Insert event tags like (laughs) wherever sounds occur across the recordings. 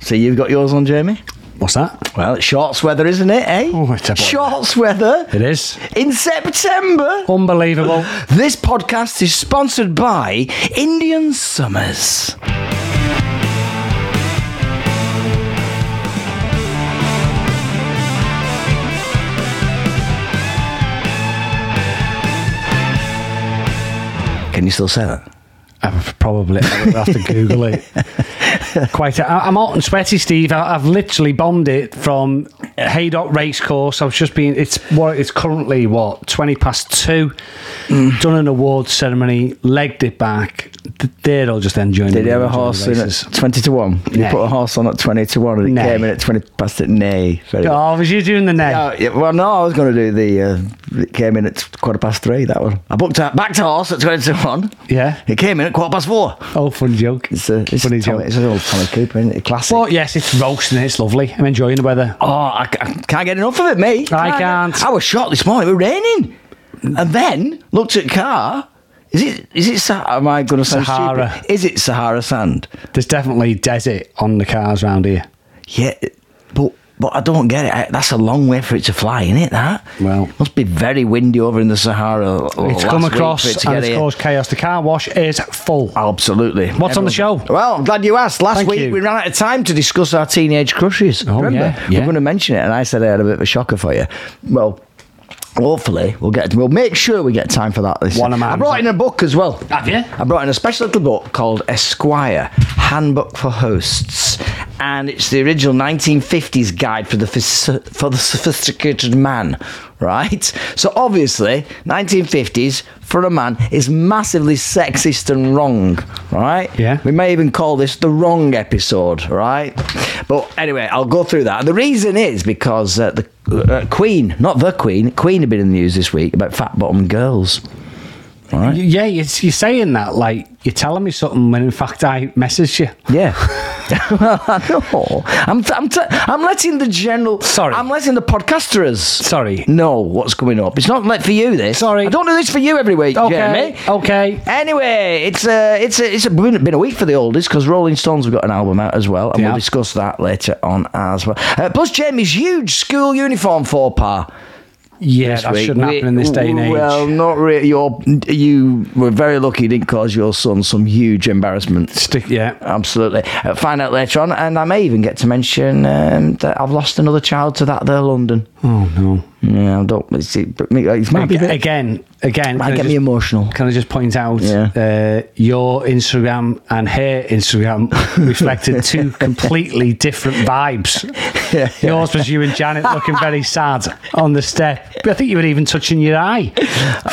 So you've got yours on, Jamie? What's that? Well, it's shorts weather, isn't it, eh? Oh, it's a- shorts weather It is. in September. Unbelievable. This podcast is sponsored by Indian Summers. Can you still say that? I've probably I would have to Google it. (laughs) Quite. A, I'm hot and sweaty, Steve. I, I've literally bombed it from Haydock Racecourse. I was just being. It's what it's currently what twenty past two. Done an awards ceremony. Legged it back. Th- They're all just enjoying. Did the you have a enjoying horse the in at races. 20 to 1? You Nay. put a horse on at 20 to 1 and it Nay. came in at 20 past it. Nay. Very well. Oh, was you doing the net? Oh, yeah, well, no, I was going to do the. Uh, it came in at quarter past three. That one. I booked a back to horse at twenty to one. Yeah. It came in at quarter past four. Oh, fun joke. It's a it's, funny a Tommy, joke. it's an old Tommy Cooper, isn't it? A Classic. But yes, it's roasting. It's lovely. I'm enjoying the weather. Oh, I, ca- I can't get enough of it, mate. I can't. I was shot this morning. It was raining, and then looked at car. Is it is it Sa- Am I going to sound Sahara. stupid? Is it Sahara sand? There's definitely desert on the cars round here. Yeah, but but I don't get it. I, that's a long way for it to fly, isn't it? That Well- must be very windy over in the Sahara. l- It's last come week across for it to and get it's here. caused chaos. The car wash is full. Absolutely. What's on the show? Well, I'm glad you asked. Last Thank week you. we ran out of time to discuss our teenage crushes. Oh, Remember? yeah, We yeah. We're going to mention it, and I said I had a bit of a shocker for you. Well, hopefully we'll get. We'll make sure we get time for that. This One of mine. I brought in a book as well. Have you? I brought in a special little book called Esquire Handbook for Hosts, and it's the original 1950s guide for the phys- for the sophisticated man. Right, so obviously 1950s for a man is massively sexist and wrong. Right, Yeah. we may even call this the wrong episode. Right, but anyway, I'll go through that. And the reason is because uh, the uh, Queen, not the Queen, Queen had been in the news this week about fat bottom girls. Y- Yeah, you're, you're saying that like you're telling me something when in fact I messaged you. Yeah. (laughs) well, I know. I'm, t- I'm, t- I'm letting the general. Sorry. I'm letting the podcasters Sorry. know what's coming up. It's not meant for you, this. Sorry. I don't do this for you every week, Okay. Jeremy. Okay. Anyway, it's a, it's a, it's a, been been a week for the oldies because Rolling Stones have got an album out as well, and They we'll have. discuss that later on as well. Uh, plus, Jamie's huge school uniform faux pas. Yeah, this that week. shouldn't happen in this day and age. Well, not really. You're, you were very lucky you didn't cause your son some huge embarrassment. Stick. Yeah. Absolutely. Uh, find out later on, and I may even get to mention um, that I've lost another child to that there London. Oh no. Yeah, I don't. It's, it, uh, it's might be a Ag- bit, Again, again. might can I get just- me emotional. Can I just point out Yeah. uh, your Instagram and her (laughs) Instagram reflected two completely (laughs) different vibes. Yours was you and Janet looking very sad on the step. I think you were even touching (laughs) your eye,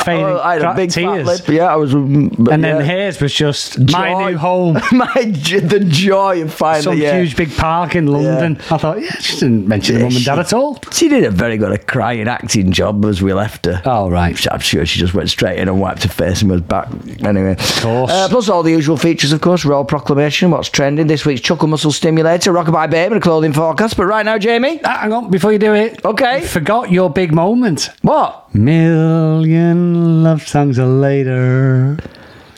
feigning Oh, I had a cracked big fat tears. lip. Yeah, I was. And then hers was just my Joy. new home. (laughs) my j- the joy of finding Some yeah. huge big park in London. I thought, yeah, she didn't mention Yeah, the mum and dad she- at all. She did a very good a crying acting job as we left her. Oh, right. I'm sure she just went straight in and wiped her face and was back. Anyway. Of course. plus all the usual features, of course. Royal Proclamation, what's trending, this week's Chuckle Muscle Stimulator, Rockabye Babe and a clothing forecast. But right now, Jamie, Ah, Hang on, before you do it. Okay. You forgot your big moment. what? Million love songs are later.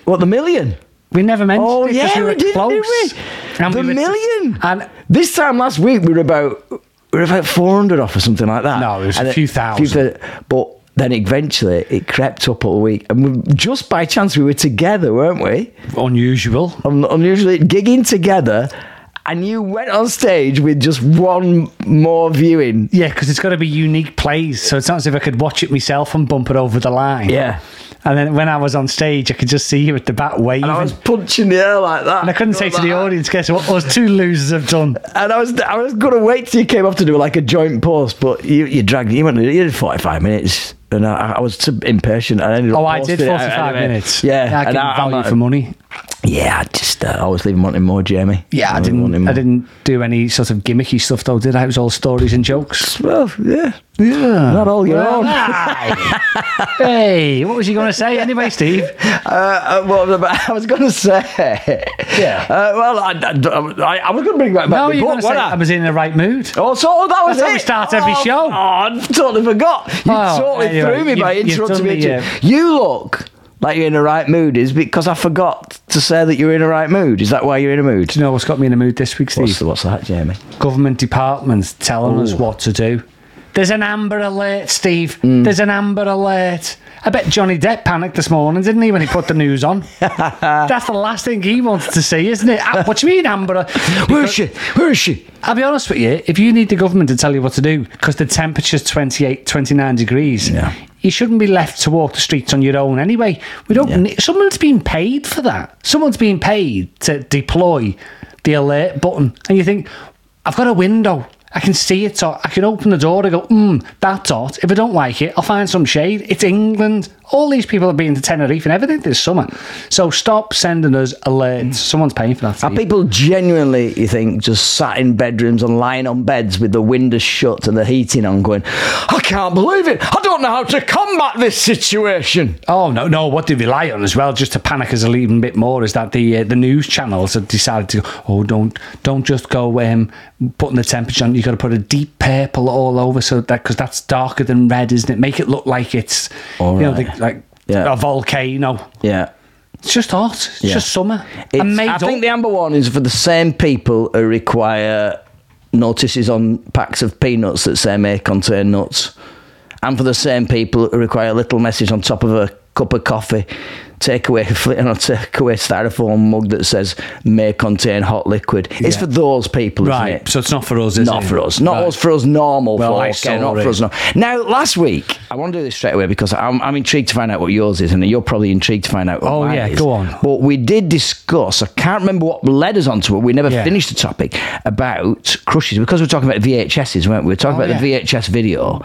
What, the million? We never mentioned Oh, it yeah, because we we were did, close. didn't we? And the we were- million. and this time last week, we were about we were about 400 off or something like that. No, it was a And few thousand. thou- but then eventually it crept up all the week. And we, just by chance, we were together, weren't we? unusual. Un- unusually gigging together. And you went on stage with just one more viewing. Yeah, because it's got to be unique plays. So it's not as if I could watch it myself and bump it over the line. Yeah. And then when I was on stage, I could just see you at the back waving. And I was punching the air like that. And I couldn't say to the audience, guess what us two losers have done? And I was, I was going to wait till you came up to do like a joint post, but you, you dragged, you went, you did 45 minutes. And I, I was too impatient. I ended up (laughs) Oh, I did posting it out 45 anyway. minutes. Yeah. I and can value I'm a- for money. Yeah, I just uh, always leave him wanting more, Jamie. Yeah, I Always want him didn't. I more. didn't do any sort of gimmicky stuff though, did I? It was all stories and jokes. Well, yeah, Oh. yeah, not all your own. Uh, hey, what was you going to say anyway, (laughs) Steve? (laughs) uh, what was I- I was going to say? Yeah. Uh, well, I, I, I, I was going to bring back back No, the you're book, going to say wasn't I? I was in the right mood. Oh, so oh, that was That's how it. we start every Oh, show. Oh, I totally forgot. You Well, totally anyway, threw me by you've- you've interrupting done me. the, uh, You look like you're in the right mood is because I forgot to say that you're in the right mood. Is that why you're in a mood? Do you know what's got me in a mood this week, Steve? What's, what's that, Jamie? Government departments telling us what to do. There's an amber alert, Steve. There's an amber alert. I bet Johnny Depp panicked this morning, didn't he, when he put the news (laughs) on? That's the last thing he wants to see, isn't it? Ah, What do you mean, amber? al- Where is she? Where is she? I'll be honest with you, if you need the government to tell you what to do because the temperature's 28, 29 degrees, Yeah. you shouldn't be left to walk the streets on your own anyway. We don't need, someone's been paid for that. Someone's been paid to deploy the alert button and you think, I've got a window. I can see it. Or I can open the door and go, hmm, that's hot. If I don't like it, I'll find some shade. It's England. All these people have been to Tenerife and everything this summer. So stop sending us alerts. Someone's paying for that. Are Steve. people genuinely, you think, just sat in bedrooms and lying on beds with the windows shut and the heating on, going, I can't believe it. I don't know how to combat this situation. Oh no, no! What they rely on as well, just to panic us a little bit more, is that the uh, the news channels have decided to go. Oh, don't don't just go um, putting the temperature on. You got to put a deep purple all over, so that because that's darker than red, isn't it? Make it look like it's you know Alright. the, like Yeah. a volcano. Yeah. It's just hot. It's Yeah. just summer. It's, and made I think up. the amber warnings are for the same people who require notices on packs of peanuts that say may contain nuts, and for the same people who require a little message on top of a cup of coffee, take away (laughs) flit and a takeaway styrofoam mug that says may contain hot liquid. It's Yeah. for those people, isn't right. it? So it's not for us, is not it? for us. Not Right. us for us normal Well, I folk. yeah, saw not for it. us. No. Now, last week, I want to do this straight away because I'm, I'm intrigued to find out what yours is, and you're probably intrigued to find out. What Oh, mine yeah, is. go on. But we did discuss. I can't remember what led us onto it. We never Yeah. finished the topic about crushes because we were talking about VHSs, weren't we? We were talking Oh, about the yeah. VHS video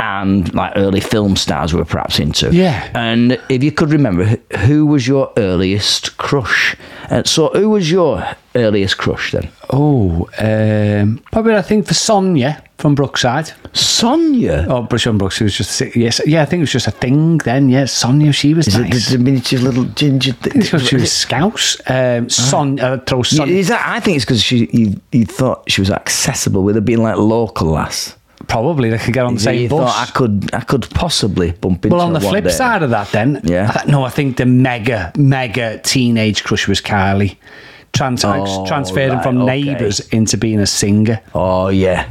and like early film stars we were perhaps into. Yeah. And if you could remember, wh- who was your earliest crush? Uh, so, who was your earliest crush then? Oh, um, probably I think for Sonia from Brookside. Sonia. Oh, Brishon Brooks, who was just si- yes, yeah. I think it was just a thing then. Yes, Sonia, she was Is it nice. the diminutive little ginger thing? Because she was Scouse. Ah. Um, Son, uh, throw Son. Is that, I think it's because she you, you thought she was accessible with her being like local lass. Probably they could get on the So same you thought "Ah, bus. I could I could possibly bump into well, on her the one flip day. side of that, then, Yeah. I th- no, I think the mega, mega teenage crush was Kylie, Trans- Oh, transferring right, from okay. neighbours into being a singer. Oh yeah,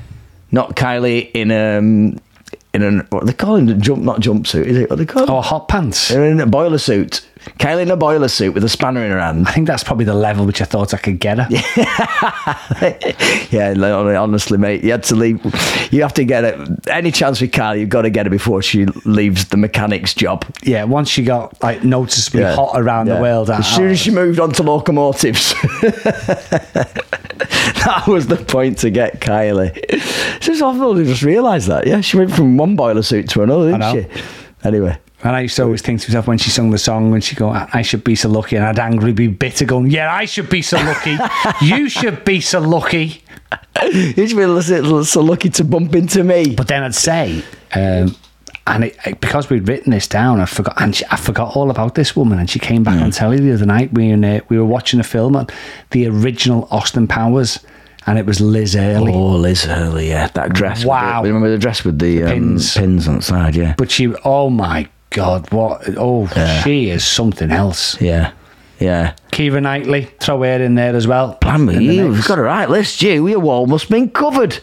not Kylie in um in an what they call it jump not jumpsuit is it what they call Or it? Oh, hot pants. They're in a boiler suit. Kylie in a boiler suit with a spanner in her hand. (laughs) I think that's probably the level which I thought I could get her. yeah, like, hon- honestly, mate, you had to leave. You have to get it any chance with Kylie. You've got to get her before she leaves the mechanic's job. (laughs) Yeah, once she got like noticeably Yeah, hot around yeah. the world. I- As soon as she moved on to locomotives, (laughs) that was the point to get Kylie. It's just awful. I just realised that. Yeah, she went from one boiler suit to another, didn't I know. she? Anyway, (laughs) And I used to always think to myself when she sung the song, when she go, I I should be so lucky, and I'd angrily be bitter going, Yeah, I should be so lucky. (laughs) you should be so lucky. you should be so- so lucky to bump into me. But then I'd say, um, and it, it- because we'd written this down, I forgot, and she, I forgot all about this woman. And she came back on telly the other night. We and uh, we were watching a film on the original Austin Powers, and it was Liz Early. Oh, Liz Hurley, yeah, that dress. Wow. With the, remember the dress with the, um, pins. pins. on the side, yeah. But she, oh my God, what? Oh, she is something else. Yeah, yeah. Kira Knightley, throw her in there as well. Blimey, In the you've mix. got a right list, you. Your wall must have been covered.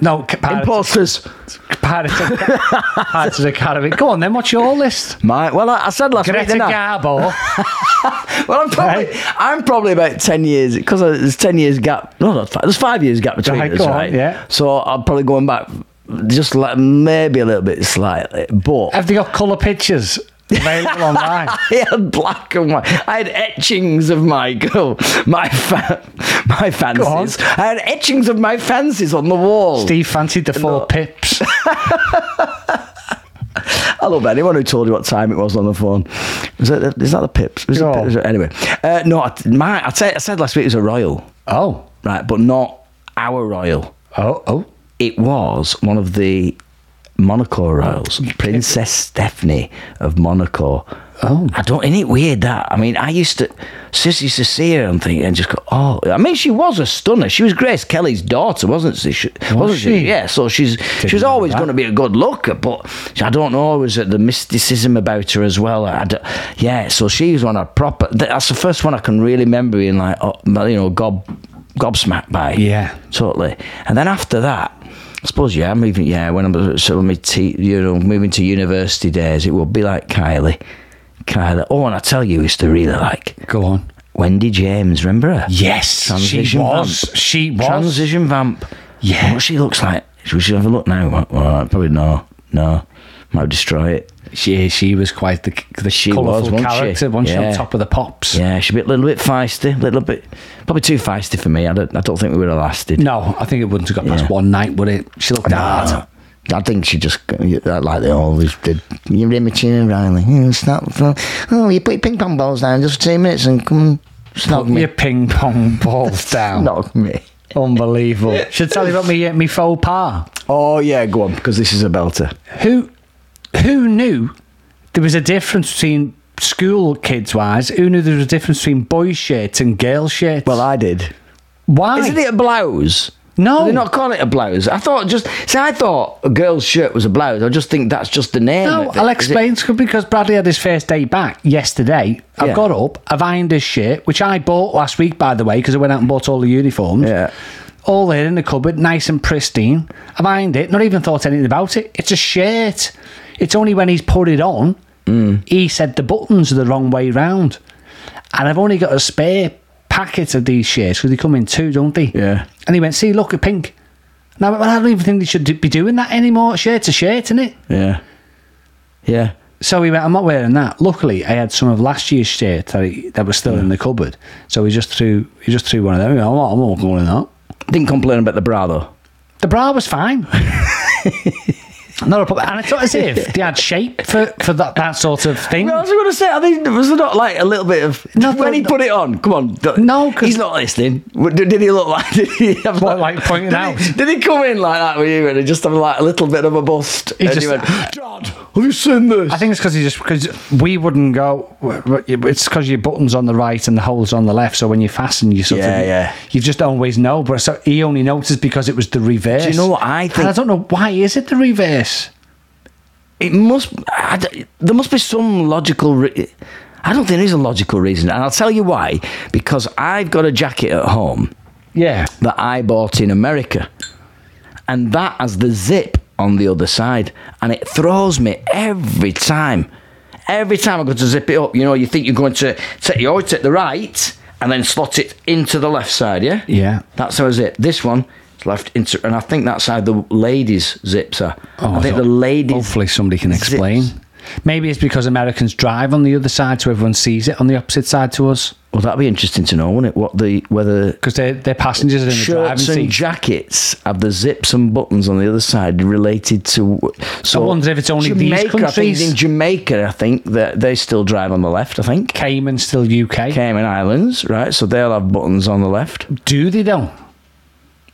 no comparative- Imposters. Pirates of, (laughs) Pirates of the Caribbean. Go on then, what's your list? My, well, I, I said last week, Greta didn't I? Garbo. Well, I'm probably I'm probably about ten years because there's ten years gap. No, not five, there's five years gap between Right, us, go on, right? yeah. So I'm probably going back just like maybe a little bit slightly, but (laughs) Have they got colour pictures (laughs) available online? I had black and white. I had etchings of my (laughs) girl, my fa- my fancies. I had etchings of my fancies on the wall. Steve fancied the four pips. I love anyone who told you what time it was on the phone. Was that, is that the pips? Was it Sure. Pips? Anyway, uh, no, I, my, I, said, I said last week it was a royal, Oh. right? But not our royal. Oh, oh. it was one of the Monaco Royals, Princess Stephanie of Monaco. Oh, I don't. Isn't it weird that? I mean, I used to, Sissy used to see her and think, and just go, oh. I mean, she was a stunner. She was Grace Kelly's daughter, wasn't she? she wasn't she? Yeah. So she's she was know always that. going to be a good looker, but she- I don't know. Was it the mysticism about her as well? I d- yeah. So she was one of proper. That's the first one I can really remember being like, oh, you know, gob gobsmacked by. Yeah. Totally. And then after that, I suppose yeah, moving yeah, when I'm uh, sort of my te- you know, moving to university days, it will be like Kylie. Kylie. Oh, and I tell you, it's to really like Go on. Wendy James, remember her? Yes, she Transition was. vamp. She was. Transition vamp. Yeah. What she looks like. Should we have a look now? Well, probably no. No. Might destroy it. she she was quite the the She was, colourful wasn't she? character. Once she Yeah. on top of the pops. Yeah, she's a bit, little bit feisty. little bit. Probably too feisty for me. I don't, I don't think we would have lasted. No, I think it wouldn't have got past Yeah. one night, would it? She looked hard. I think she just uh, like they always did. You're immature, Riley. You snap. Oh, you put your ping pong balls down just for two minutes and come snog Your ping pong (laughs) balls down. Snog me. Unbelievable. Should tell you about me uh, me faux pas. (laughs) Oh yeah, go on because this is a belter. Who who knew there was a difference between school kids wise? Who knew there was a difference between boy shirts and girl shirts? Well, I did. why? Isn't it a blouse? No. they're not calling it a blouse. I thought just see, I thought a girl's shirt was a blouse. I just think that's just the name. No, of it. I'll Is it- explain to you because Bradley had his first day back yesterday. Yeah. I've got up, I've ironed his shirt, which I bought last week, by the way, because I went out and bought all the uniforms. Yeah. All there in the cupboard, nice and pristine. I've ironed it, not even thought anything about it. It's a shirt. It's only when he's put it on, Mm. he said the buttons are the wrong way round. And I've only got a spare packet of these shirts because they come in two, don't they? Yeah. And he went, see, look, at pink. And I went, well, I don't even think they should d- be doing that anymore. Shirt's a shirt, isn't it? Yeah, yeah. So he went, I'm not wearing that. Luckily, I had some of last year's shirt that, he, that was still in the cupboard. So he just threw he just threw one of them. He went, I'm not, I'm not going in that. Didn't complain about the bra though. The bra was fine. not a problem. (laughs) And it's not as if they had shape for, for that, that sort of thing. No, I was going to say, I think was there not like a little bit of No, when he no. put it on? Come on, d- No, 'cause- he's not listening. What- Did, did he look like? (laughs) Did he have What, like pointing did out? He, did he come in like that with you and he just have like a little bit of a bust? He and just- he (gasps) went, Dad, have you seen this? I think it's because he just because we wouldn't go. It's because your buttons on the right and the holes on the left. So when you fasten, you sort Yeah, of yeah. you just always know. But so he only noticed because it was the reverse. Do you know what I And think- I don't know why is it the reverse. it must. I d there must be some logical. Re- I don't think there is a logical reason, and I'll tell you why. Because I've got a jacket at home Yeah. that I bought in America. And that has the zip on the other side. And it throws me every time. Every time I go to zip it up, you know, you think you're going to take, you always take the right and then slot it into the left side, yeah? Yeah. That's how I zip. This one is left into, and I think that's how the ladies' zips are. I think the don't- ladies. Oh, Hopefully, somebody can zips. explain. Maybe it's because Americans drive on the other side, so everyone sees it on the opposite side to us Well, that'd be interesting to know, wouldn't it? What the, whether because their their passengers are in the driving shirts and seat. jackets have the zips and buttons on the other side related to. So I wonder if it's only these Jamaica, I think countries. in Jamaica, I think that they still drive on the left. I think Cayman still UK. Cayman Islands, right? So they'll have buttons on the left. Do they though?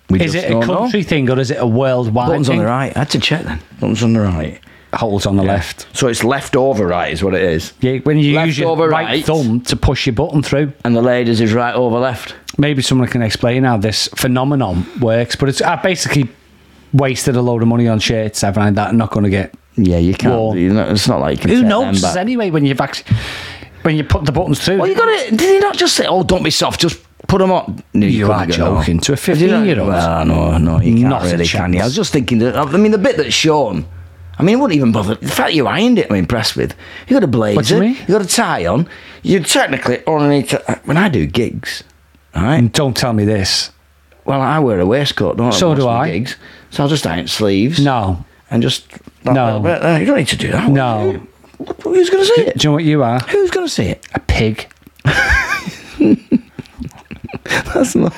We Is just it a don't country Know. thing or is it a worldwide Buttons on thing? the right. I had to check then. Buttons on the right. Holes on the left. So it's left over right is what it is. Yeah, when you Left use your over right, right. thumb to push your button through, And the ladies is right over left. maybe someone can explain how this phenomenon works. But it's I basically wasted a load of money on shirts, haven't I? That I'm not going to get. Yeah, you can't. Well, you know, it's not like you can Who set knows them back. anyway when you've actually, when you put the buttons through? Well, you got to. Did he not just say, "Oh, don't be soft, just put them on"? No, You couldn't are go, no. joking. To a Did he not- 15-year-old? Well, no, no, you can't Not a really, can you? I was chance. just thinking that. I mean, the bit that's shown. I mean, it wouldn't even bother. The fact you ironed it, I'm impressed with. You got a blazer. What do you mean? got a tie on. You technically only need to. uh, When I do gigs, right? And don't tell me this. Well, I wear a waistcoat, don't I? Mm. So most do of my I. Gigs, so I'll just iron sleeves. No. And just that No. little bit there. You don't need to do that. No. Who's going to see Do it? you know what you are? Who's going to see it? A pig. (laughs) That's not,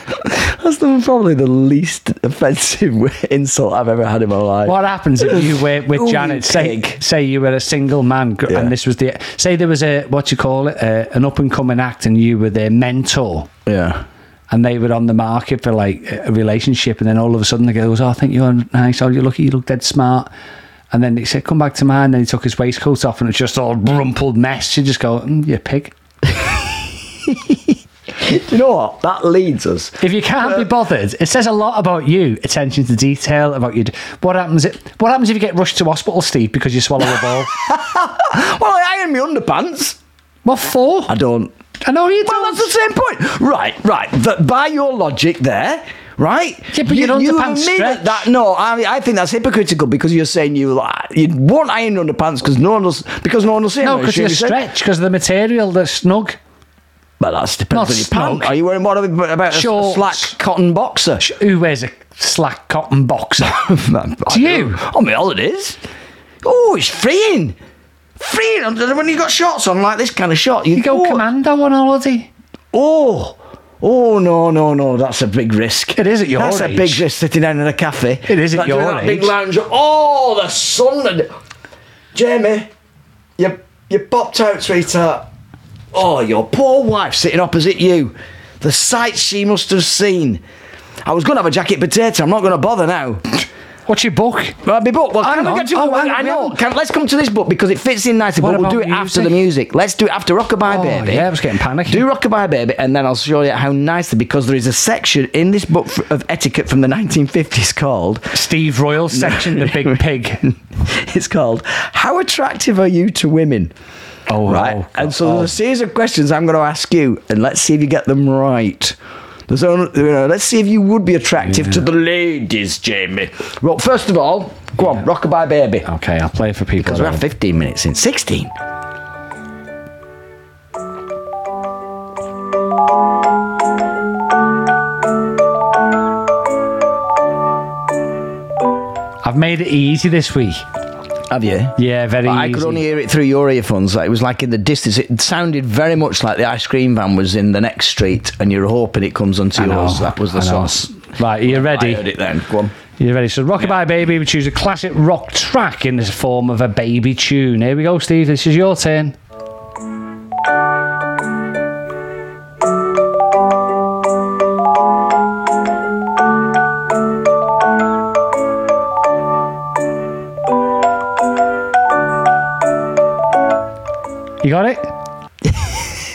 that's not probably the least offensive (laughs) insult I've ever had in my life. What happens if you were Ooh, with you Janet? Say, pig. say you were a single man, gr- Yeah. and this was the say there was a what you call it a, an up and coming act, and you were their mentor, Yeah. and they were on the market for like a a relationship, and then all of a sudden the girl goes, "Oh, I think you're nice. Oh, you look you look dead smart." And then he said, "Come back to mine." And then he took his waistcoat off, and it's just all rumpled mess. You just go, mm, "You pig." Do you know what? That leads us. If you can't Uh, be bothered, it says a lot about you. Attention to detail about you. What happens? If, what happens if you get rushed to hospital, Steve, because you (laughs) swallow a ball? Well, I iron my underpants. what for? I don't. I know you Well, don't. that's the same point. Right, right. That by your logic there, right? Yeah, but your underpants admit stretch. That, no, I, I think that's hypocritical because you're saying you like, you want iron underpants because no one will, s- because no one will see no, them. because you're Should we say- stretched because of the material. They're snug. Well, that's depends Not on your pants. snug. Are you wearing what about a Shorts. slack cotton boxer? (laughs) Who wears a slack cotton boxer? to you? On my holidays. Oh, it's freeing. Freeing under- when you got shorts on like this kind of shot. (laughs) you go oh, commando on holiday. Oh, oh no, no, no! That's a big risk. It is at your That's a age. big risk sitting down in a cafe. It is at Like your doing that Big age. lounge. Oh, the sun. and- Jamie, you you popped out, sweetheart. Oh, your poor wife sitting opposite you. The sight she must have seen. I was going to have a jacket potato. I'm not going to bother now. What's your book? Well, my book. Well, can Hang I on. get to? Oh, hang on, I we know. haven't- Can, let's come to this book because it fits in nicely. What but we'll do it about after music? the music. Let's do it after Rockabye Oh, Baby. yeah, I was getting panicky. Do Rockabye Baby, and then I'll show you how nicely because there is a section in this book f- of etiquette from the 1950s called. (laughs) Steve Royal section, the big pig. it's called "How attractive are you to women?" Oh, right. oh, and so oh. there's a series of questions I'm going to ask you, and let's see if you get them right. There's only, you know, let's see if you would be attractive to the ladies, Jamie. Well, first of all, go on, Rockabye Baby. Okay, I'll play it for people. Because we're then. at 15 minutes in. 16. I've made it easy this week. Have you? Yeah, very But easy. I could only hear it through your earphones. Like it was like in the distance. It sounded very much like the ice cream van was in the next street, and you're hoping it comes onto I know, yours. That was the I know. sauce. Right, are you I ready? heard it then. Go on. You ready? So, Rockabye Baby, we choose a classic rock track in the form of a baby tune. Here we go, Steve. This is your turn. You got it? (laughs)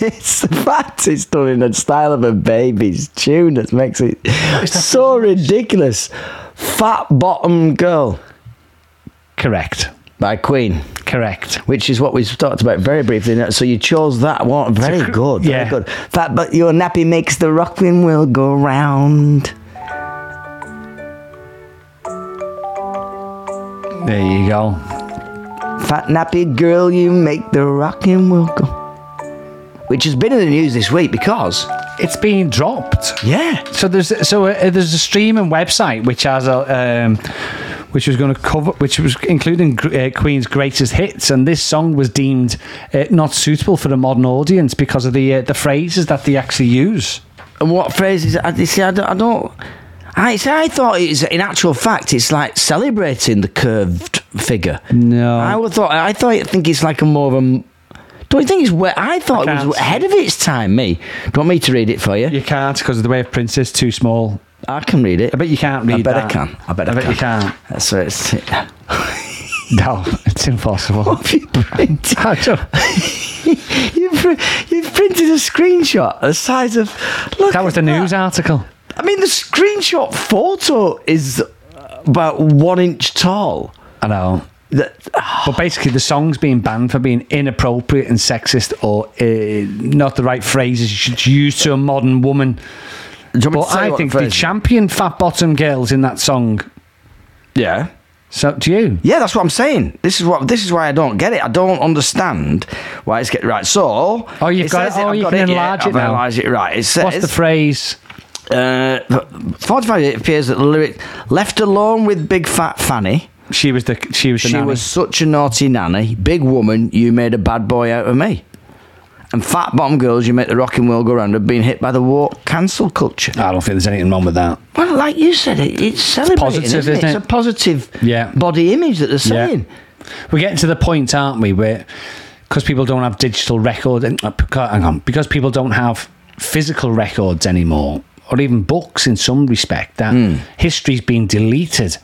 It's the fact it's done in the style of a baby's tune that makes it so ridiculous. Fat Bottom Girl Correct. by Queen. Correct. Which is what we talked about very briefly. So you chose that one. Very cr- good. Very yeah. good. Fat, but your nappy makes the rocking wheel go round. There you go. Fat nappy girl, you make the rocking wheel go. Which has been in the news this week because. It's being dropped. Yeah. So there's so uh, there's a streaming website which has a um, which was going to cover which was including gr- uh, Queen's greatest hits, and this song was deemed uh, not suitable for the modern audience because of the uh, the phrases that they actually use. And what phrases? I you see. I don't. I don't. I see. I thought it's in actual fact. It's like celebrating the curved figure. No. I would thought. I thought. I think it's like a more of a. Do you think it's where I thought I it was can't ahead of its time? Me. Do you want me to read it for you? You can't because the way of Prince is too small. I can read it. I bet you can't read I bet that. I can. I bet I, bet you can't. So it's. (laughs) No, (laughs) it's impossible. you printed? (laughs) I don't- (laughs) You've, pr- you've printed a screenshot the size of. Look that was at the news eh? article. I mean, the screenshot photo is about one inch tall. uh, I know. That But basically, the song's being banned for being inappropriate and sexist or uh, not the right phrases you should use to a modern woman. Do you want me But to say I what think version? they champion fat bottom girls in that song. yeah, So do you? yeah. That's what I'm saying. This is what this is why I don't get it. I don't understand why it's getting right. So Oh, you've it got says it. Oh, I've you got can yeah, enlarge it I've now. enlarged it right. It says What's the phrase? uh, forty-five. It appears that the lyric "Left alone with big fat Fanny." She was the she was the She nanny. was such a naughty nanny. Big woman, you made a bad boy out of me. And fat bottom girls, you make the rocking world go round, have been hit by the war cancel culture. I don't think there's anything wrong with that. Well, like you said, it, it's celebrating. positive, isn't it? isn't It's it? a positive Yeah. body image that they're saying. We're getting to the point, aren't we? Where because people don't have digital record, and- uh, beca- hang on, because people don't have physical Hmm. records anymore, or even books in some respect, that history's been deleted.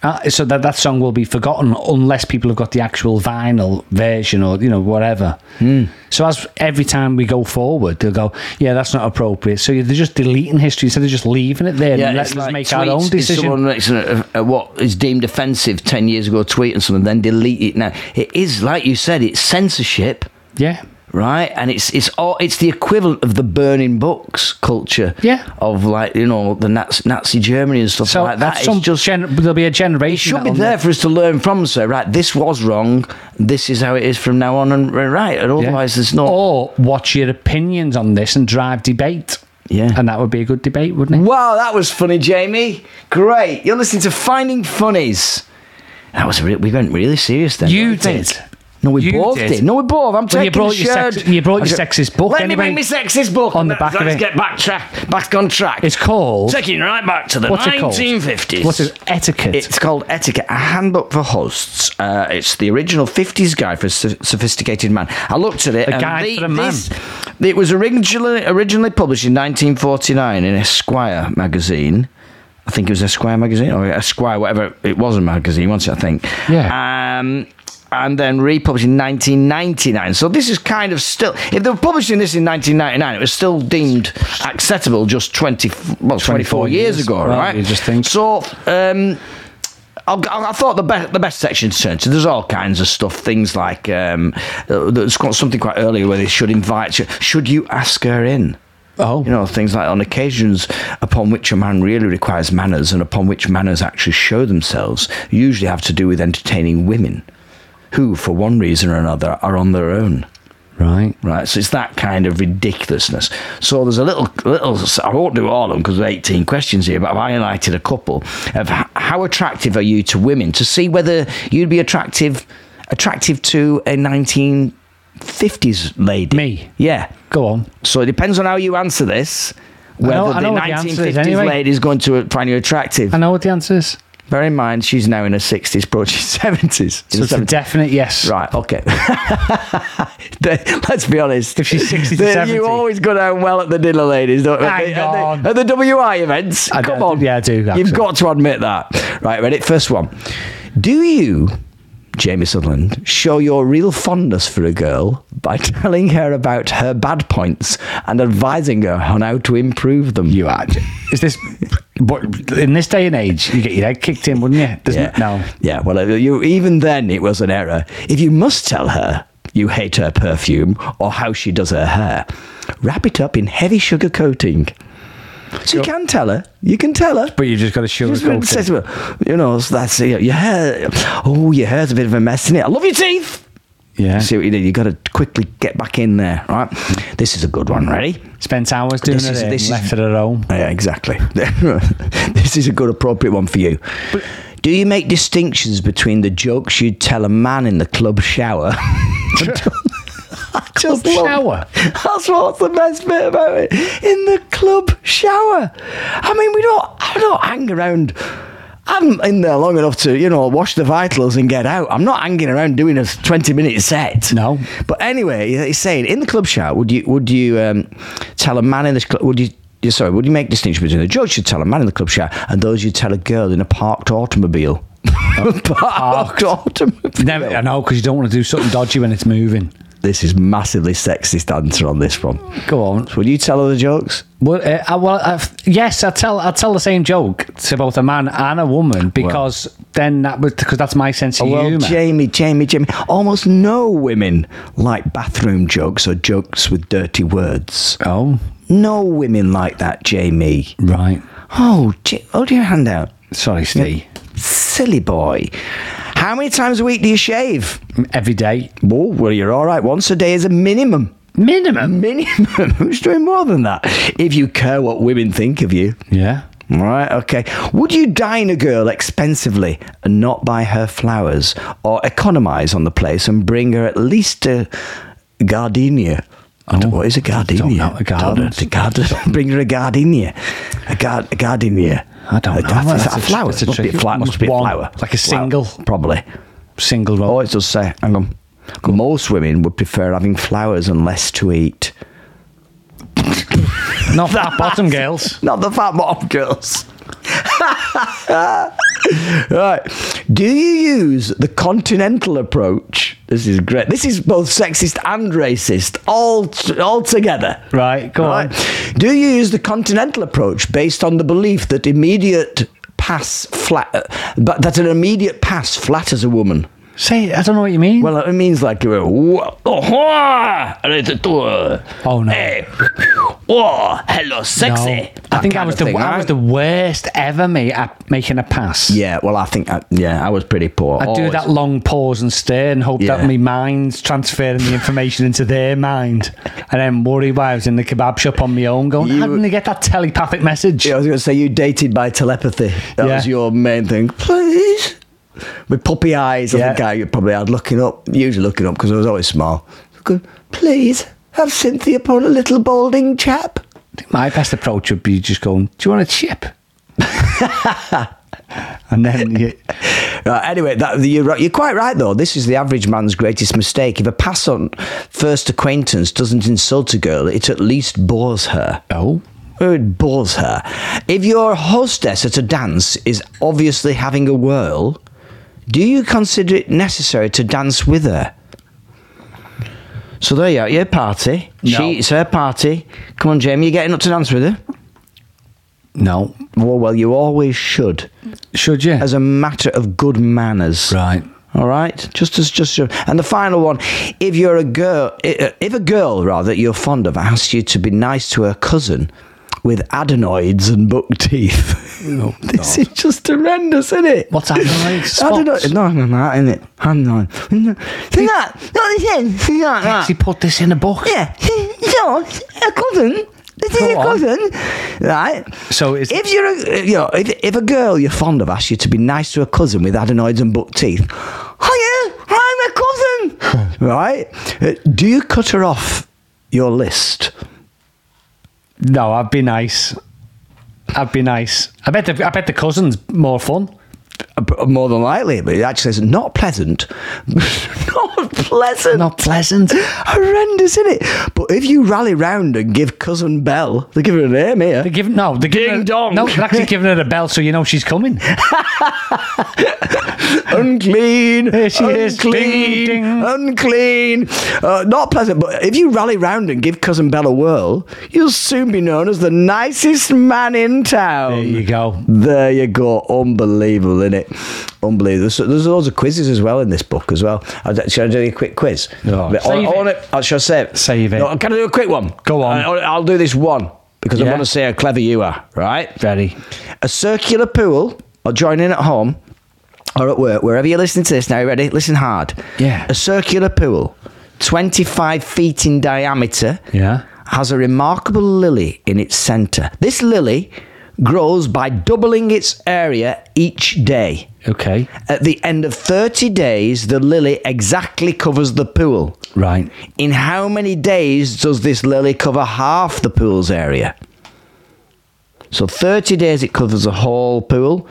Uh, so that that song will be forgotten unless people have got the actual vinyl version or you know whatever. Hmm. So as every time we go forward, they'll go, yeah, that's not appropriate. So they're just deleting history instead of just leaving it there. and let's make our own tweets. If Someone decision. makes a, a- what is deemed offensive ten years ago, tweet and something, then delete it now. It is like you said, it's censorship, Yeah, right? And it's it's all, it's the equivalent of the burning books culture, Yeah. of like you know the Nazi, Nazi Germany and stuff so like that. that's It's some just gen- there'll be a generation. it should be that'll there know. for us to learn from. So right, this was wrong. This is how it is from now on, and we're right. And Yeah. otherwise, there's no. Or what's your opinions on this and drive debate? Yeah. and that would be a good debate, wouldn't it? Wow, that was funny, Jamie. Great. You're listening to Finding Funnies. That was re- we went really serious then. You don't you think? did. No, we You both did. did. No, we both. I'm Well, taking you brought the your shirt. sex- you brought I'm your go- sexist book Let anyway. me bring my sexist book On the Let's- back of let's it. get back track, back on track. It's called taking right back to the what's it called? 1950s. What's it? Etiquette. It's called Etiquette, a handbook for hosts. Uh, it's the original 50s guide for so- sophisticated man. I looked at it. A and guide the- for a man. this- it was originally, originally published in 1949 in Esquire magazine. I think it was Esquire magazine or Esquire, whatever. It was a magazine, once I think. Yeah. Um, and then republished in 1999. So this is kind of still. If they were publishing this in 1999, it was still deemed acceptable just 20, well, 24, 24 years, years. ago, Well, right? you just think. So, um, I'll, I'll- I thought the best the best section's turned. So there's all kinds of stuff, things like um, uh, there's got something quite earlier where they should invite you. Should you ask her in? Oh. you know things like on occasions upon which a man really requires manners and upon which manners actually show themselves usually have to do with entertaining women, who for one reason or another are on their own right. right? So it's that kind of ridiculousness. So there's a little, little. I won't do all of them because there's 18 questions here, but I've highlighted a couple of h- how attractive are you to women to see whether you'd be attractive, attractive to a 1950s lady. Me. yeah. Go on. So it depends on how you answer this. Whether know- I know the what the answer is 1950s anyway. lady is going to find you attractive. I know what the answer is. Bear in mind, she's now in her 60s, approaching 70s. So it's a definite yes. Right, okay. (laughs) The- Let's be honest. If she's 60 to The- 70. You always go down well at the dinner ladies, don't you? Hang At the- on. At the, WI events. I Come do- on. yeah, I do, actually. You've got to admit that. Right, ready? First one. Do you, Jamie Sutherland, show your real fondness for a girl by (laughs) telling her about her bad points and advising her on how to improve them? You are. Is this. But in this day and age, you get your head kicked in, wouldn't you? There's Yeah. No. Yeah. Well, uh, you, even then, it was an error. If you must tell her you hate her perfume or how she does her hair, wrap it up in heavy sugar coating. So you can tell her. You can tell her. But you've just got to show Just it. say to her, you know, so that's it. Your hair. Oh, your hair's a bit of a mess, isn't it? I love your teeth. Yeah. See what you did. You got to quickly get back in there, right? This is a good one. Ready? Spent hours doing This it is- and this is- left it at home. Yeah, exactly. (laughs) this is a good, appropriate one for you. Do you make distinctions between the jokes you'd tell a man in the club shower? (laughs) I just Club love- shower? That's what's the best bit about it. In the club shower. I mean, we don't. I don't hang around. I'm in there long enough to, you know, wash the vitals and get out. I'm not hanging around doing a 20 minute set. No. But anyway, he's saying in the club shower, would you would you um, tell a man in the club? Would you? yeah, Sorry, would you make distinction between the judge you tell a man in the club shower and those you tell a girl in a parked (laughs) automobile? (laughs) parked automobile. Never, I know, because you don't want to do something dodgy when it's moving. This is massively sexist answer on this one. Go on. Would you tell her the jokes? Well, uh, I, well I've, yes, I tell I tell the same joke to both a man and a woman because then that would because that's my sense of Oh, well, humour. Jamie, Jamie, Jamie. Almost no women like bathroom jokes or jokes with dirty words. oh, No women like that, Jamie. right. Oh, J- hold your hand out. Sorry, Steve. Silly boy. How many times a week do you shave? Every day, Oh, well, you're all right. Once a day is a minimum. minimum. Minimum. (laughs) Who's doing more than that? If you care what women think of you. Yeah. All Right, okay. Would you dine a girl expensively and not buy her flowers, or economise on the place and bring her at least a gardenia? I don't- Oh, what is a gardenia? know. A garden. Don't- a (laughs) garden. Bring her a gardenia. A, gar- a gardenia. I don't a, know. that's- That's Is that a a tr- flower? that's a must be a, tricky- fla- must must be a one, flower. like a single. Probably. Single Oh, roll. it does say. Hang on. Most women would prefer having flowers and less to eat. Oh, (laughs) Not that bottom girls. Not the fat mom girls. (laughs) Right. Do you use the continental approach? This is great. This is both sexist and racist, all all together. Right, go on. Right. Do you use the continental approach based on the belief that immediate pass flat, but that an immediate pass flatters a woman? Say, I don't know what you mean. Well, it means like you were, oh, ha, and it's a uh, tour. Oh, no. Hey, oh, hello, sexy. I That think I kind was of the thing, I right? was the worst ever, mate, at making a pass. Yeah, well, I think I, yeah, Oh, I was pretty poor. I do Always. that long pause and stare and hope Yeah. that my mind's transferring the information into their mind, and then worry why I was in the kebab shop on my own, going, "How You- did they get that telepathic message?" Yeah, I was going to say you dated by telepathy. That Yeah. was your main thing. Please. With puppy eyes, I Yeah. think I you probably had looking up, usually looking up because I was always small. Good. Please have Cynthia put a little balding chap. My best approach would be just going, "Do you want a chip?" (laughs) and then you, Right, anyway, that, you're, right- you're quite right though. This is the average man's greatest mistake. If a pass on first acquaintance doesn't insult a girl, it at least bores her. oh, Oh, It bores her. If your hostess at a dance is obviously having a whirl, do you consider it necessary to dance with her? So there you are, your party. No. She, it's her party. Come on, Jamie, you're getting up to dance with her? no, Well, well, you always should, should you? as a matter of good manners. right. All right, just as just and the final one, if you're a girl, uh, if a girl rather you're fond of asks you to be nice to her cousin with adenoids and buck teeth, (laughs) this is just horrendous, isn't it? What's happening? Adenoid? No, no, no, isn't it? Adenoid. No, see that? No, see that? See that? She put this in a book. Yeah, (laughs) see, so a cousin. This is Go a on. cousin, right? So it's- if you're a you know if, if a girl you're fond of asks you to be nice to a cousin with adenoids and buck teeth, hiya, I'm a (laughs) cousin, right? Uh, Do you cut her off your list? No, I'd be nice. I'd be nice. I bet the I bet the cousin's more fun. Uh, b- More than likely, but it actually says not pleasant, (laughs) not pleasant, Not pleasant. horrendous, isn't it? But if you rally round and give cousin Bell, they give her a name here. They're giving no, they're giving Ding her, dong. No, they're actually giving her a bell so you know she's coming. (laughs) unclean. There she is. unclean, Ding, ding. Unclean. Uh, not pleasant, but if you rally round and give Cousin Bell a whirl, you'll soon be known as the nicest man in town. There you go. There you go. Unbelievable, is it? Unbelievable. So there's loads of quizzes as well in this book as well. I d- Shall I do a quick quiz? No. But Save I- I it. wanna- I shall save it. Save it. No, can I do a quick one? Go on. I, I'll do this one because I Yeah. want to see how clever you are, right? Very. a circular pool or join in at home or at work, wherever you're listening to this now, you ready? Listen hard. Yeah. A circular pool, 25 feet in diameter, Yeah. has a remarkable lily in its center. This lily grows by doubling its area each day. Okay. At the end of 30 days, the lily exactly covers the pool. Right. In how many days does this lily cover half the pool's area? So 30 days it covers the whole pool.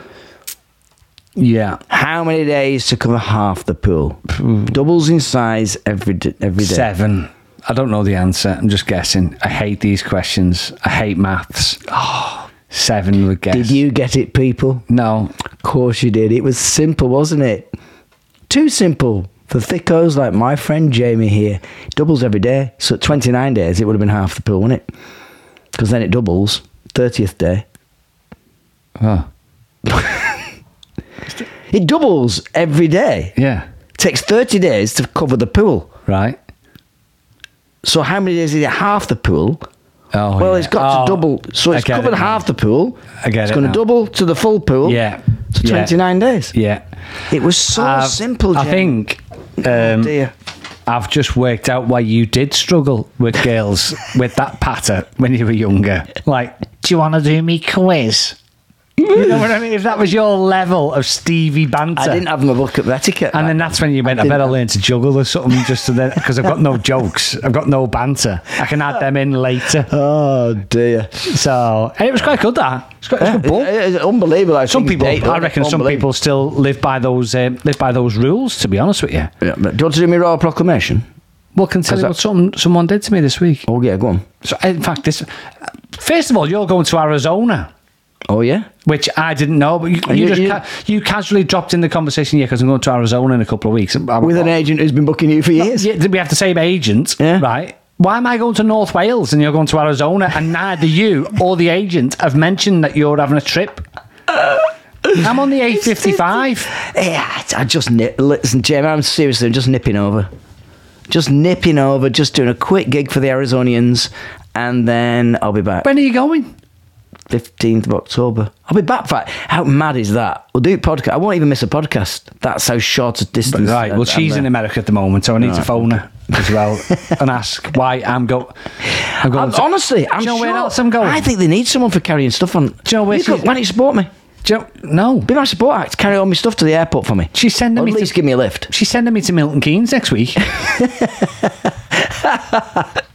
Yeah. How many days to cover half the pool? Doubles in size every d- every day. Seven. I don't know the answer. I'm just guessing. I hate these questions. I (gasps) hate maths. Oh. Seven would guess. Did you get it, people? No. Of course you did. It was simple, wasn't it? Too simple for thickos like my friend Jamie here. Doubles every day. So at 29 days, it would have been half the pool, wouldn't it? Because then it doubles. 30th day. Oh. It doubles every day. Yeah. takes 30 days to cover the pool. Right. So how many days is it? Half the pool. Oh. well, yeah. it's got Oh, to double. So I it's get it covered now. half the pool. I get it's it going to now. double to the full pool. Yeah. So Yeah. 29 days. Yeah. It was so I've- simple, I Jen. think Oh, um, dear. I've just worked out why you did struggle with girls with that patter when you were younger. Like, do you want to do me quiz? You know what I mean? If that was your level of Stevie banter. I didn't have my book of etiquette. and then that's when you went, I, didn't better have- learn to juggle or something just to then, because I've got no jokes. I've got no banter. I can add them in later. oh, dear. So, and it was quite good, that. It's quite, it's good book. It- it's unbelievable. how Some things people, date, I don't they? reckon, some Unbelievable. people still live by those um, live by those rules. To be honest with you, Yeah, but do you want to do me Royal Proclamation? well, can tell you that- what some, someone did to me this week. Oh, yeah, go on. So, in fact, this. First of all, you're going to Arizona. Oh yeah. which I didn't know. But you, you, You- just you- ca- you casually dropped in the conversation, yeah, because I'm going to Arizona in a couple of weeks. With an agent who's been booking you for years. yeah, we have the same agent, Yeah. right? Why am I going to North Wales and you're going to Arizona and neither you or the agent have mentioned that you're having a trip? (laughs) I'm on the 855. Yeah, I just nip. Listen, Jim, I'm seriously, I'm just nipping over, just nipping over, just doing a quick gig for the Arizonians, and then I'll be back. When are you going? Fifteenth of October, I'll be back. For, how mad is that? We'll do podcast. I won't even miss a podcast. That's how short a distance. Right, well, I'm uh, she's there. in America at the moment, so I need to phone her (laughs) as well and ask why I'm, go- I'm going. I'm- to- honestly, I'm Do you know sure. where else I'm going? I think they need someone for carrying stuff on. you know where You she's- could- Why don't you support me? Do you know- no. Be my support act. Carry all my stuff to the airport for me. She's sending Or me at to least give me a lift. She's sending me to Milton Keynes next week.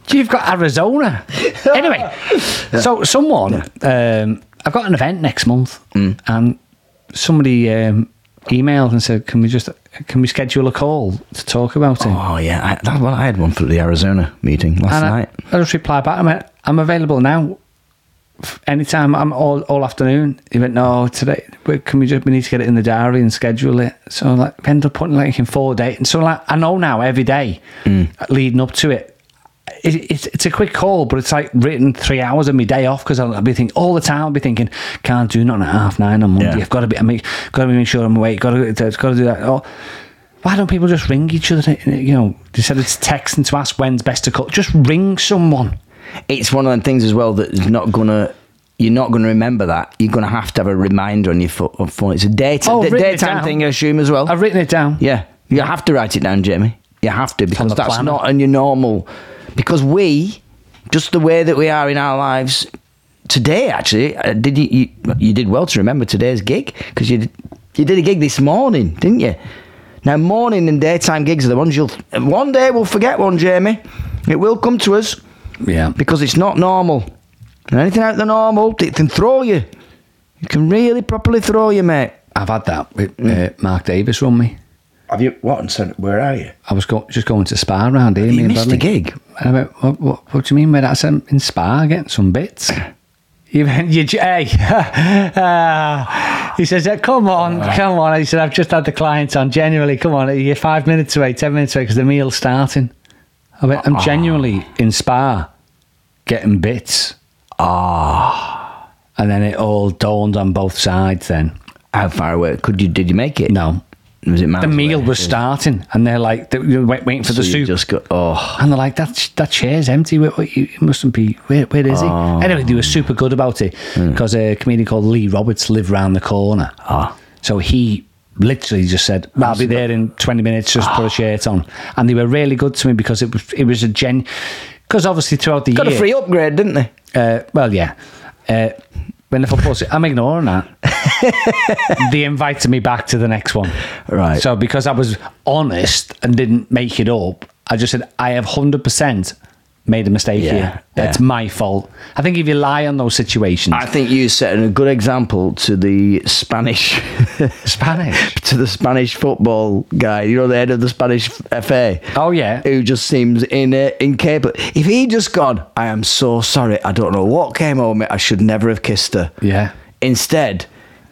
You've got Arizona. Anyway, so someone, um, I've got an event next month, and somebody um, emailed and said, "Can we just can we schedule a call to talk about it?" Oh yeah, I, that, well, I had one for the Arizona meeting last and night. I, I just replied back. I went, "I'm available now." f- Anytime I'm all, all afternoon, he went. No, today we- can we just we need to get it in the diary and schedule it. So like we ended up putting like in four days, and so like I know now every day leading up to it, it, it's it's a quick call, but it's like written three hours of my day off because I'll, I'll be thinking all the time. I'll be thinking can't do nothing at half nine on Monday. Yeah. I've got to be I mean, got to make sure I'm awake. Got to got to do that. Oh, why don't people just ring each other? You know, they said it's texting to ask when's best to call. Just ring someone. it's one of them things as well that is not gonna you're not gonna remember that. You're gonna have to have a reminder on your pho- on phone. It's a daytime Oh, I've da- written it daytime down. thing, I assume as well. I've written it down. yeah, you have to write it down, Jamie. You have to on because the that's planner. not on your normal. Because we, just the way that we are in our lives today, actually, uh, did you, you you did well to remember today's gig because you did, you did a gig this morning, didn't you? Now morning and daytime gigs are the ones you'll one day we'll forget one, Jamie. It will come to us Yeah. because it's not normal. And anything out of the normal, it can throw you. It can really properly throw you, mate. I've had that with uh, Mark Davis run me. Have you what? And said, where are you? I was go- just going to Spa round here. You me and missed a Bradley. gig. And I went, what, what, what do you mean by that? I said, "I'm in Spa, getting some bits. You, went, you, j- hey. (laughs) Ah. he says, "Yeah, come on, come on. He said, I've just had the clients on. Genuinely, come on. You're five minutes away, ten minutes away because the meal's starting. I went, I'm genuinely in Spa getting bits. Ah. And then it all dawned on both sides then. How far away? Could you? Did you make it? No. Was it The meal was starting and they're like, they were wait- waiting for the soup. Just go. Oh, And they're like, that that chair's empty. Where, where, you- it mustn't be. Where, where is Oh. he? Anyway, they were super good about it because a comedian called Lee Roberts lived round the corner. Hmm. Ah. So he literally just said, "I'll be there in twenty minutes. Just Ah. put a shirt on." And they were really good to me because it was it was a gen. Because obviously throughout the got year, a free upgrade, didn't they? uh, well, yeah. Uh, when the football, se- I'm (laughs) ignoring that. they invited me back to the next one, Right. So because I was honest and didn't make it up, I just said I have hundred percent made a mistake Yeah, here. That's yeah. my fault. I think if you lie on those situations, I think you set a good example to the Spanish, (laughs) Spanish. to the Spanish football guy. You know, the head of the Spanish FA. Oh yeah, who just seems in uh, incapable. If he just gone, I am so sorry. I don't know what came over me. I should never have kissed her. Yeah. Instead,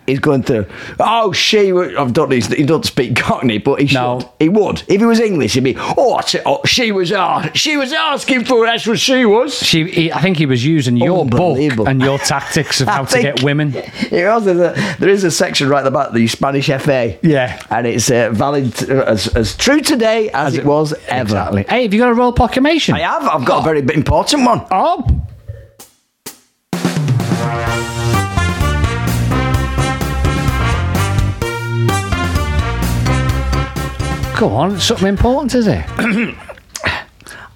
he's going through. Oh, she. wa- I've done this. He don't speak Cockney, but he No. should. He would. If he was English, he'd be. Oh, I said, oh she was. Uh, she was asking for. it. That's what she was. she. He, I think he was using your book Unbelievable. and your tactics of I how to think- get women. It also, there is a section right at the back, the Spanish FA. Yeah. And it's uh, valid uh, as, as true today as, it was ever. Exactly. Hey, have you got a roll proclamation? I have. I've got a very important one. Oh. Go on, it's something important, is it?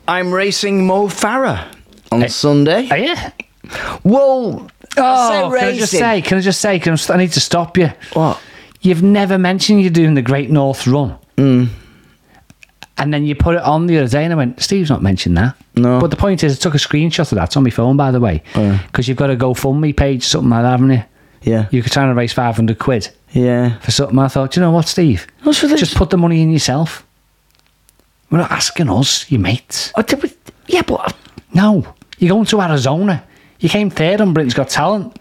I'm racing Mo Farah on Sunday. Are you? Well, I say Oh, can I just racing. say, can I just say, can I, st- I need to stop you. What? You've never mentioned you're doing the Great North Run. Mm. And then you put it on the other day, and I went, Steve's not mentioned that. No. But the point is, I took a screenshot of that it's on my phone, by the way, because you've got a GoFundMe page, something like that, haven't you? Yeah. You're trying to raise 500 quid. yeah. for something. I thought, "Do you know what, Steve? What's with this? Just put the money in yourself. We're not asking us, you mates. Oh, did we- yeah, but No, you're going to Arizona. You came third on Britain's Got Talent.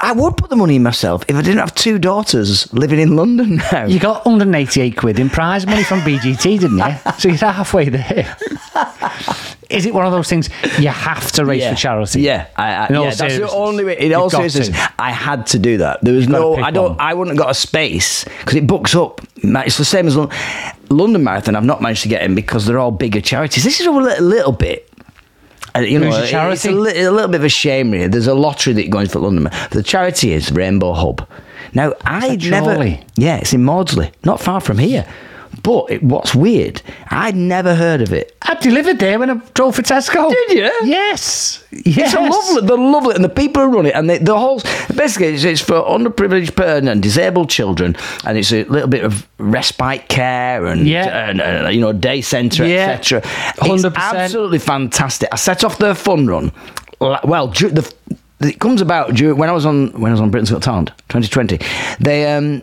I would put the money in myself if I didn't have two daughters living in London (laughs) now. You got 188 quid in prize money from BGT, didn't you? So you're halfway there. Is it one of those things you have to raise yeah. for charity? Yeah, I, I, In all yeah that's the seriousness. only way. In You've all got to. seriousness, I had to do that. There was gotta no, pick I don't, one. I wouldn't have got a space because it books up. Ma- It's the same as Lon- London Marathon. I've not managed to get in because they're all bigger charities. This is all a little, little bit. uh, You know, Who's your it- it's a, charity? li- a little bit of a shame, really. There's a lottery that goes for London. Mar- The charity is Rainbow Hub. Now, I'd never. Chorley? Yeah, it's in Maudsley, not far from here. But it, what's weird, I'd never heard of it. I delivered there when I drove for Tesco. Did you? Yes. It's Yes. a lovely, they're lovely, and the people who run it, and they, the whole basically it's, it's for underprivileged person and disabled children, and it's a little bit of respite care and, Yeah. and, uh, you know day centre, Yeah. etc. It's 100%. absolutely fantastic. I set off their fun run. L- Well, du- the, it comes about during, when I was on when I was on Britain's Got Talent 2020. They um.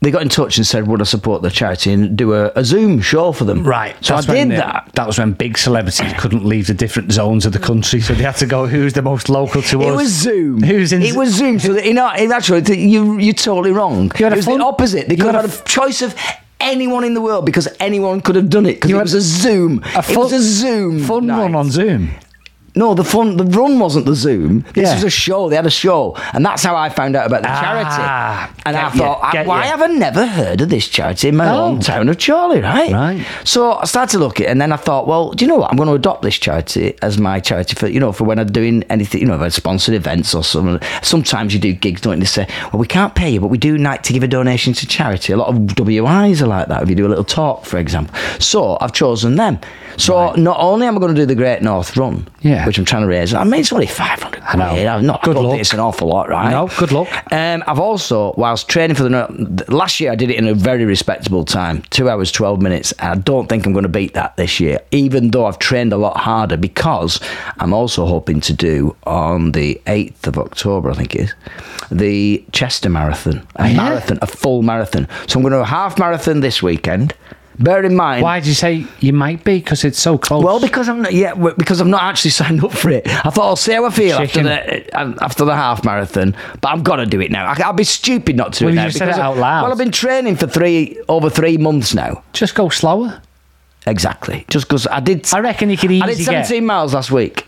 They got in touch and said, "Would I support the charity and do a, a Zoom show for them?" Right. So I that's when did the- that. That was when big celebrities couldn't leave the different zones of the country, so they had to go. Who's the most local to us? It was Zoom. Who's in? It was Zoom. So that, you know, in actual, th- you you're totally wrong. You had a it was fun- the opposite. They you could had have a had a choice of anyone in the world because anyone could have done it because it had was a Zoom. a it fun- was a Zoom fun night. run on Zoom. No, the fun, the run wasn't the Zoom. This Yeah. was a show. They had a show, and that's how I found out about the Ah, charity. And I get ya, thought, I- get why ya. have I never heard of this charity in my No. own town of Charlie? Right. Right. So I started to look at, it, and then I thought, well, do you know what? I'm going to adopt this charity as my charity for you know for when I'm doing anything. You know, if I sponsored events or something. Sometimes you do gigs, don't you? They say, well, we can't pay you, but we do like to give a donation to charity. A lot of WIs are like that. If you do a little talk, for example. So I've chosen them. So not only am I going to do the Great North Run, Yeah. which I'm trying to raise. I mean, it's only 500 quid. know. I've not, Good I don't luck. think it's an awful lot, right? No, good luck. Um, I've also, whilst training for the no- last year, I did it in a very respectable time, two hours twelve minutes. And I don't think I'm going to beat that this year, even though I've trained a lot harder because I'm also hoping to do on the eighth of October, I think it is, the Chester Marathon, a yeah? marathon, a full marathon. So I'm going to do a half marathon this weekend. Bear in mind, Why did you say you might be? Because it's so close. well, because I'm not, yeah, w- because I'm not actually (laughs) signed up for it. I thought I'll see how I feel after Chicken. the uh, after the half marathon, but I've got to do it now. I, will be stupid not to do Well, it you now. just said because it I- out loud. Well, I've been training for three over three months now. just go slower. Exactly, just because I did. I reckon you could I did easily get 17 miles last week.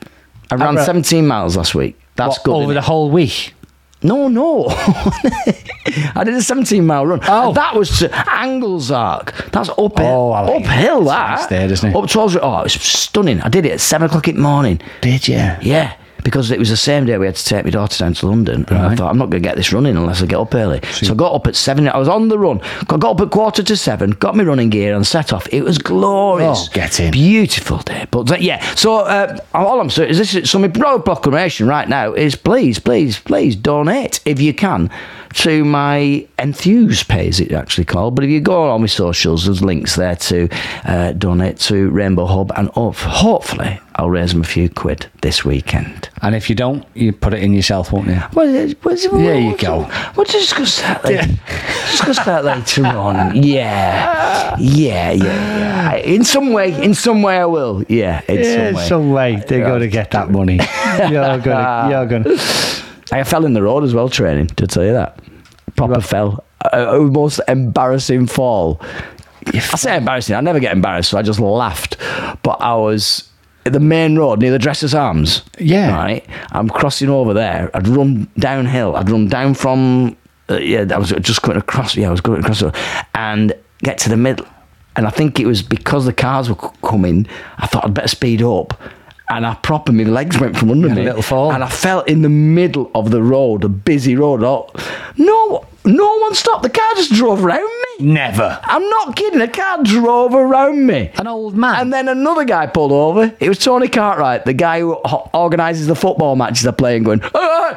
I ran re- 17 miles last week. That's what, good. over isn't the whole week. it? No, no. (laughs) I did a 17 mile run. Oh. And that was to Angles Arc. That's uphill. Oh, I like it. uphill, It's that. nice there, isn't it? Up towards. Oh, it was stunning. I did it at 7 o'clock in the morning. Did you? Yeah, because it was the same day we had to take my daughter down to London. And I Right. thought, I'm not going to get this running unless I get up early. So I got up at seven. I was on the run. I got up at quarter to seven, got my running gear and set off. It was glorious. Oh, get in. Beautiful day. But that- yeah, so uh, all I'm saying is this is so my royal proclamation right now is please, please, please donate if you can to my Enthuse page, it's actually called. But if you go on my socials, there's links there to uh, donate to Rainbow Hub, and hope- hopefully I'll raise them a few quid this weekend. And if you don't, you put it in yourself, won't you? Well, it- well, it's- There you we'll- go. We'll discuss that later. discuss (laughs) that later on. Ah. Yeah. yeah, yeah, yeah. In some way, in some way, I will. Yeah, in some way. way they're going to get that (laughs) money. you're going. to You're going. to I fell in the road as well training. To tell you that, proper fell. A, a most embarrassing fall. I say embarrassing. I never get embarrassed, so I just laughed. But I was at the main road near the Dressers Arms. Yeah. Right. I'm crossing over there. I'd run downhill. I'd run down from. Uh, yeah, I was just going across. Yeah, I was going across, the- and get to the middle. And I think it was because the cars were c- coming. I thought I'd better speed up. And I proper, my legs went from under had a me. little fall. And I fell in the middle of the road, a busy road. Oh, No, no one stopped. The car just drove around me. Never. I'm not kidding. A car drove around me. An old man. And then another guy pulled over. It was Tony Cartwright, the guy who ho- organises the football matches I play and going, "Hey,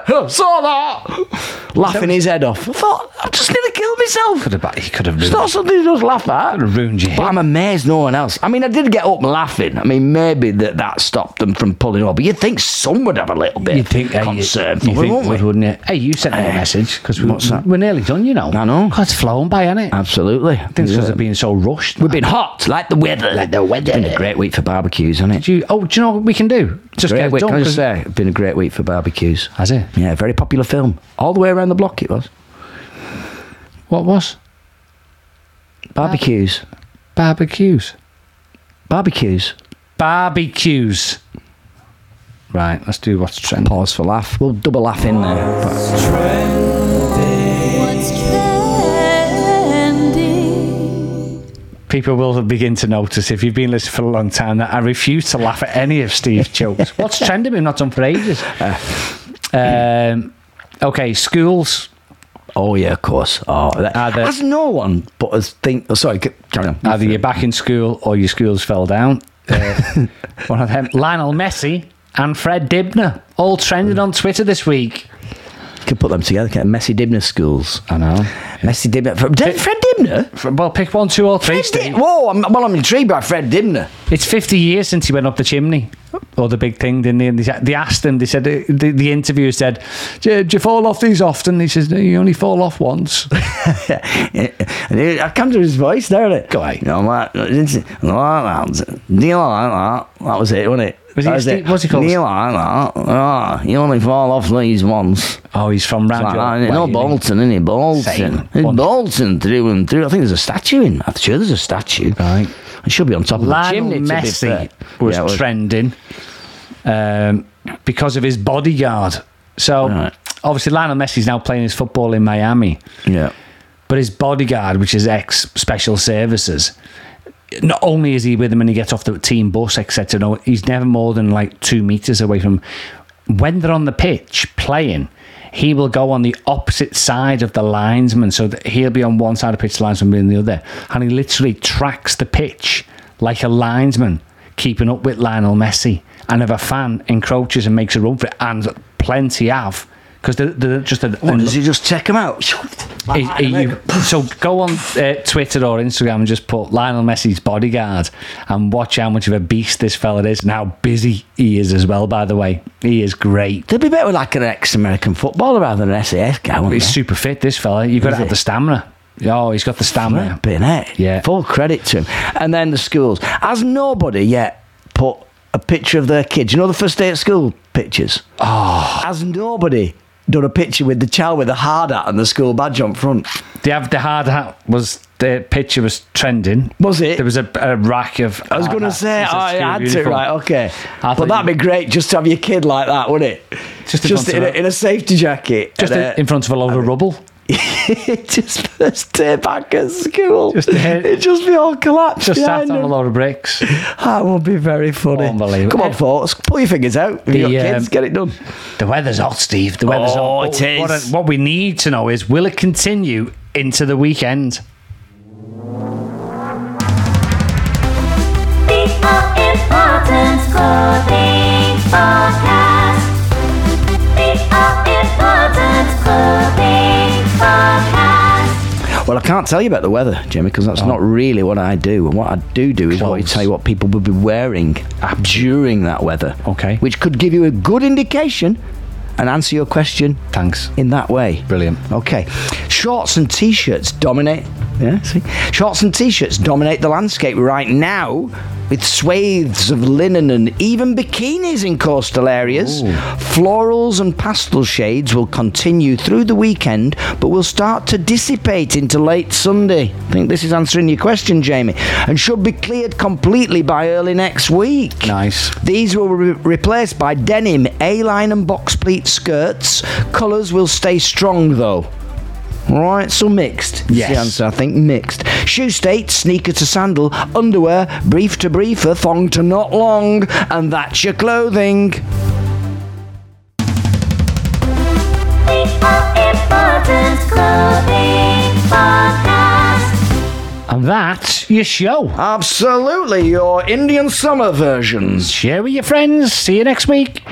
hey, I saw that! Laughing his head off. I thought, I've just nearly killed myself. could have. He could have. It's not something you just laugh at. Could've ruined your But hip. I'm amazed no one else. I mean, I did get up laughing. I mean, maybe that, that stopped them from pulling over. You'd think some would have a little bit You'd think, hey, concern for it, you think wouldn't would, we? wouldn't you? Hey, you sent me a message because we, what's that? we're nearly done, you know. I know. God, it's flown by, hasn't it? Absolutely. I Things because of being so rushed. We've been hot, like the weather. Like the weather. It's been a great week for barbecues, hasn't it? Do you, oh, do you know what we can do? Just Great get it week. done. Can I just 'cause- uh, say, it's been a great week for barbecues. Has it? yeah. Yeah, very popular film. All the way around the block it was. What was? Barbecues. Barbecues. Barbecues. Barbecues. Right, let's do what's trending. Pause for laugh. We'll double laugh in there. But What's trending? People will begin to notice if you've been listening for a long time that I refuse to laugh at any of Steve's jokes. (laughs) What's trending? We've not done for (laughs) ages. Um, okay, schools. oh yeah, of course. Oh, that, Are there- has no one but us think. Oh, sorry, c- carry on. Either you're back in school or your schools fell (laughs) down. Uh, one of them, Lionel Messi and Fred Dibner, all trending on Twitter this week. Could put them together. Get Messi Dibner schools. I know. Messi Dibner. Fred, Dib- Fred Dibner. Well, pick one, two, or three. Fred Dib- Steve. Whoa! I'm, well, I'm intrigued by Fred Dibner. (laughs) It's 50 years since he went up the chimney. Oh. Or the big thing, didn't they? And they, said- they asked him, they said, uh, the, the interviewer said, do you, do you fall off these often? He says, no, you only fall (laughs) off once. I come to his voice, don't it? Go ahead. No, my, Neil Arnold. That was it, wasn't it? Was he that a Steve- what's he called? Neil Arnold. Oh, you only fall off these once. oh, he's from round Like your that, way, innit? no isn't he? Bolton, isn't he? Bolton. Same. It's One- Bolton through and through. I think there's a statue in. I'm sure there's a statue. Right. It should be on top of Lionel the chimney. Messi to be fair. was Yeah, it trending um, because of his bodyguard. So, Right. obviously, Lionel Messi's now playing his football in Miami. Yeah. But his bodyguard, which is ex special services, not only is he with him when he gets off the team bus, etc., no, he's never more than like two meters away from. When they're on the pitch playing, he will go on the opposite side of the linesman, so that he'll be on one side of the pitch, the linesman will be on the other, and he literally tracks the pitch like a linesman, keeping up with Lionel Messi. And if a fan encroaches and makes a run for it, and plenty have, because they're, they're just an Well, does he just check him out? Hey, hey, you- so go on uh, Twitter or Instagram and just put Lionel Messi's bodyguard and watch how much of a beast this fella is and how busy he is as well. By the way, he is great. They'd be better with like an ex-American footballer rather than an SAS guy, wouldn't He's they? super fit. This fella, you've got Oh, to Is have he? the stamina. Oh, he's got the stamina. Flipping heck. Yeah. Full credit to him. And then the schools. Has nobody yet put a picture of their kids? You know the first day at school pictures? Oh. Has nobody done a picture with the child with the hard hat and the school badge on front? They have the hard hat. Was the picture was trending? Was it? There was a, a rack of. I was going to say, oh, I had to, right, okay. I But thought that'd you- be great just to have your kid like that, wouldn't it? Just in front in, of a, her. in a safety jacket. Just and, in- uh, in front of a load of rubble. (laughs) just first day back at school. Just the head- It'd just be all collapsed. Just sat behind on a them. load of bricks. That would be very funny. Unbelievable. Eh, Come on, folks. Pull your fingers out. If you've The, got kids, um, get it done. The weather's hot, Steve. The weather's Oh, hot. it But What, is. what we need to know is will it continue into the weekend? The All Important Clothing Podcast. The All Important Clothing Podcast. Well, I can't tell you about the weather, Jimmy, because that's not really what I do. And what I do do is what I Oh. Clothes. tell you what people would be wearing uh, during that weather. Okay. Which could give you a good indication and answer your question Thanks. in that way. Brilliant. Okay. Shorts and t shirts dominate. Yeah, see? Shorts and t shirts dominate the landscape right now with swathes of linen and even bikinis in coastal areas. Florals and pastel shades will continue through the weekend but will start to dissipate into late Sunday. I think this is answering your question, Jamie, and should be cleared completely by early next week. Nice. These will be replaced by denim, A-line and box pleat skirts. Colours will stay strong though. Right, so mixed. is Yes. The answer, I think, mixed. Shoe state, sneaker to sandal, underwear, brief to briefer, thong to not long, and that's your clothing. The All Important Clothing Podcast. And that's your show. Absolutely, your Indian summer versions. Share with your friends. See you next week.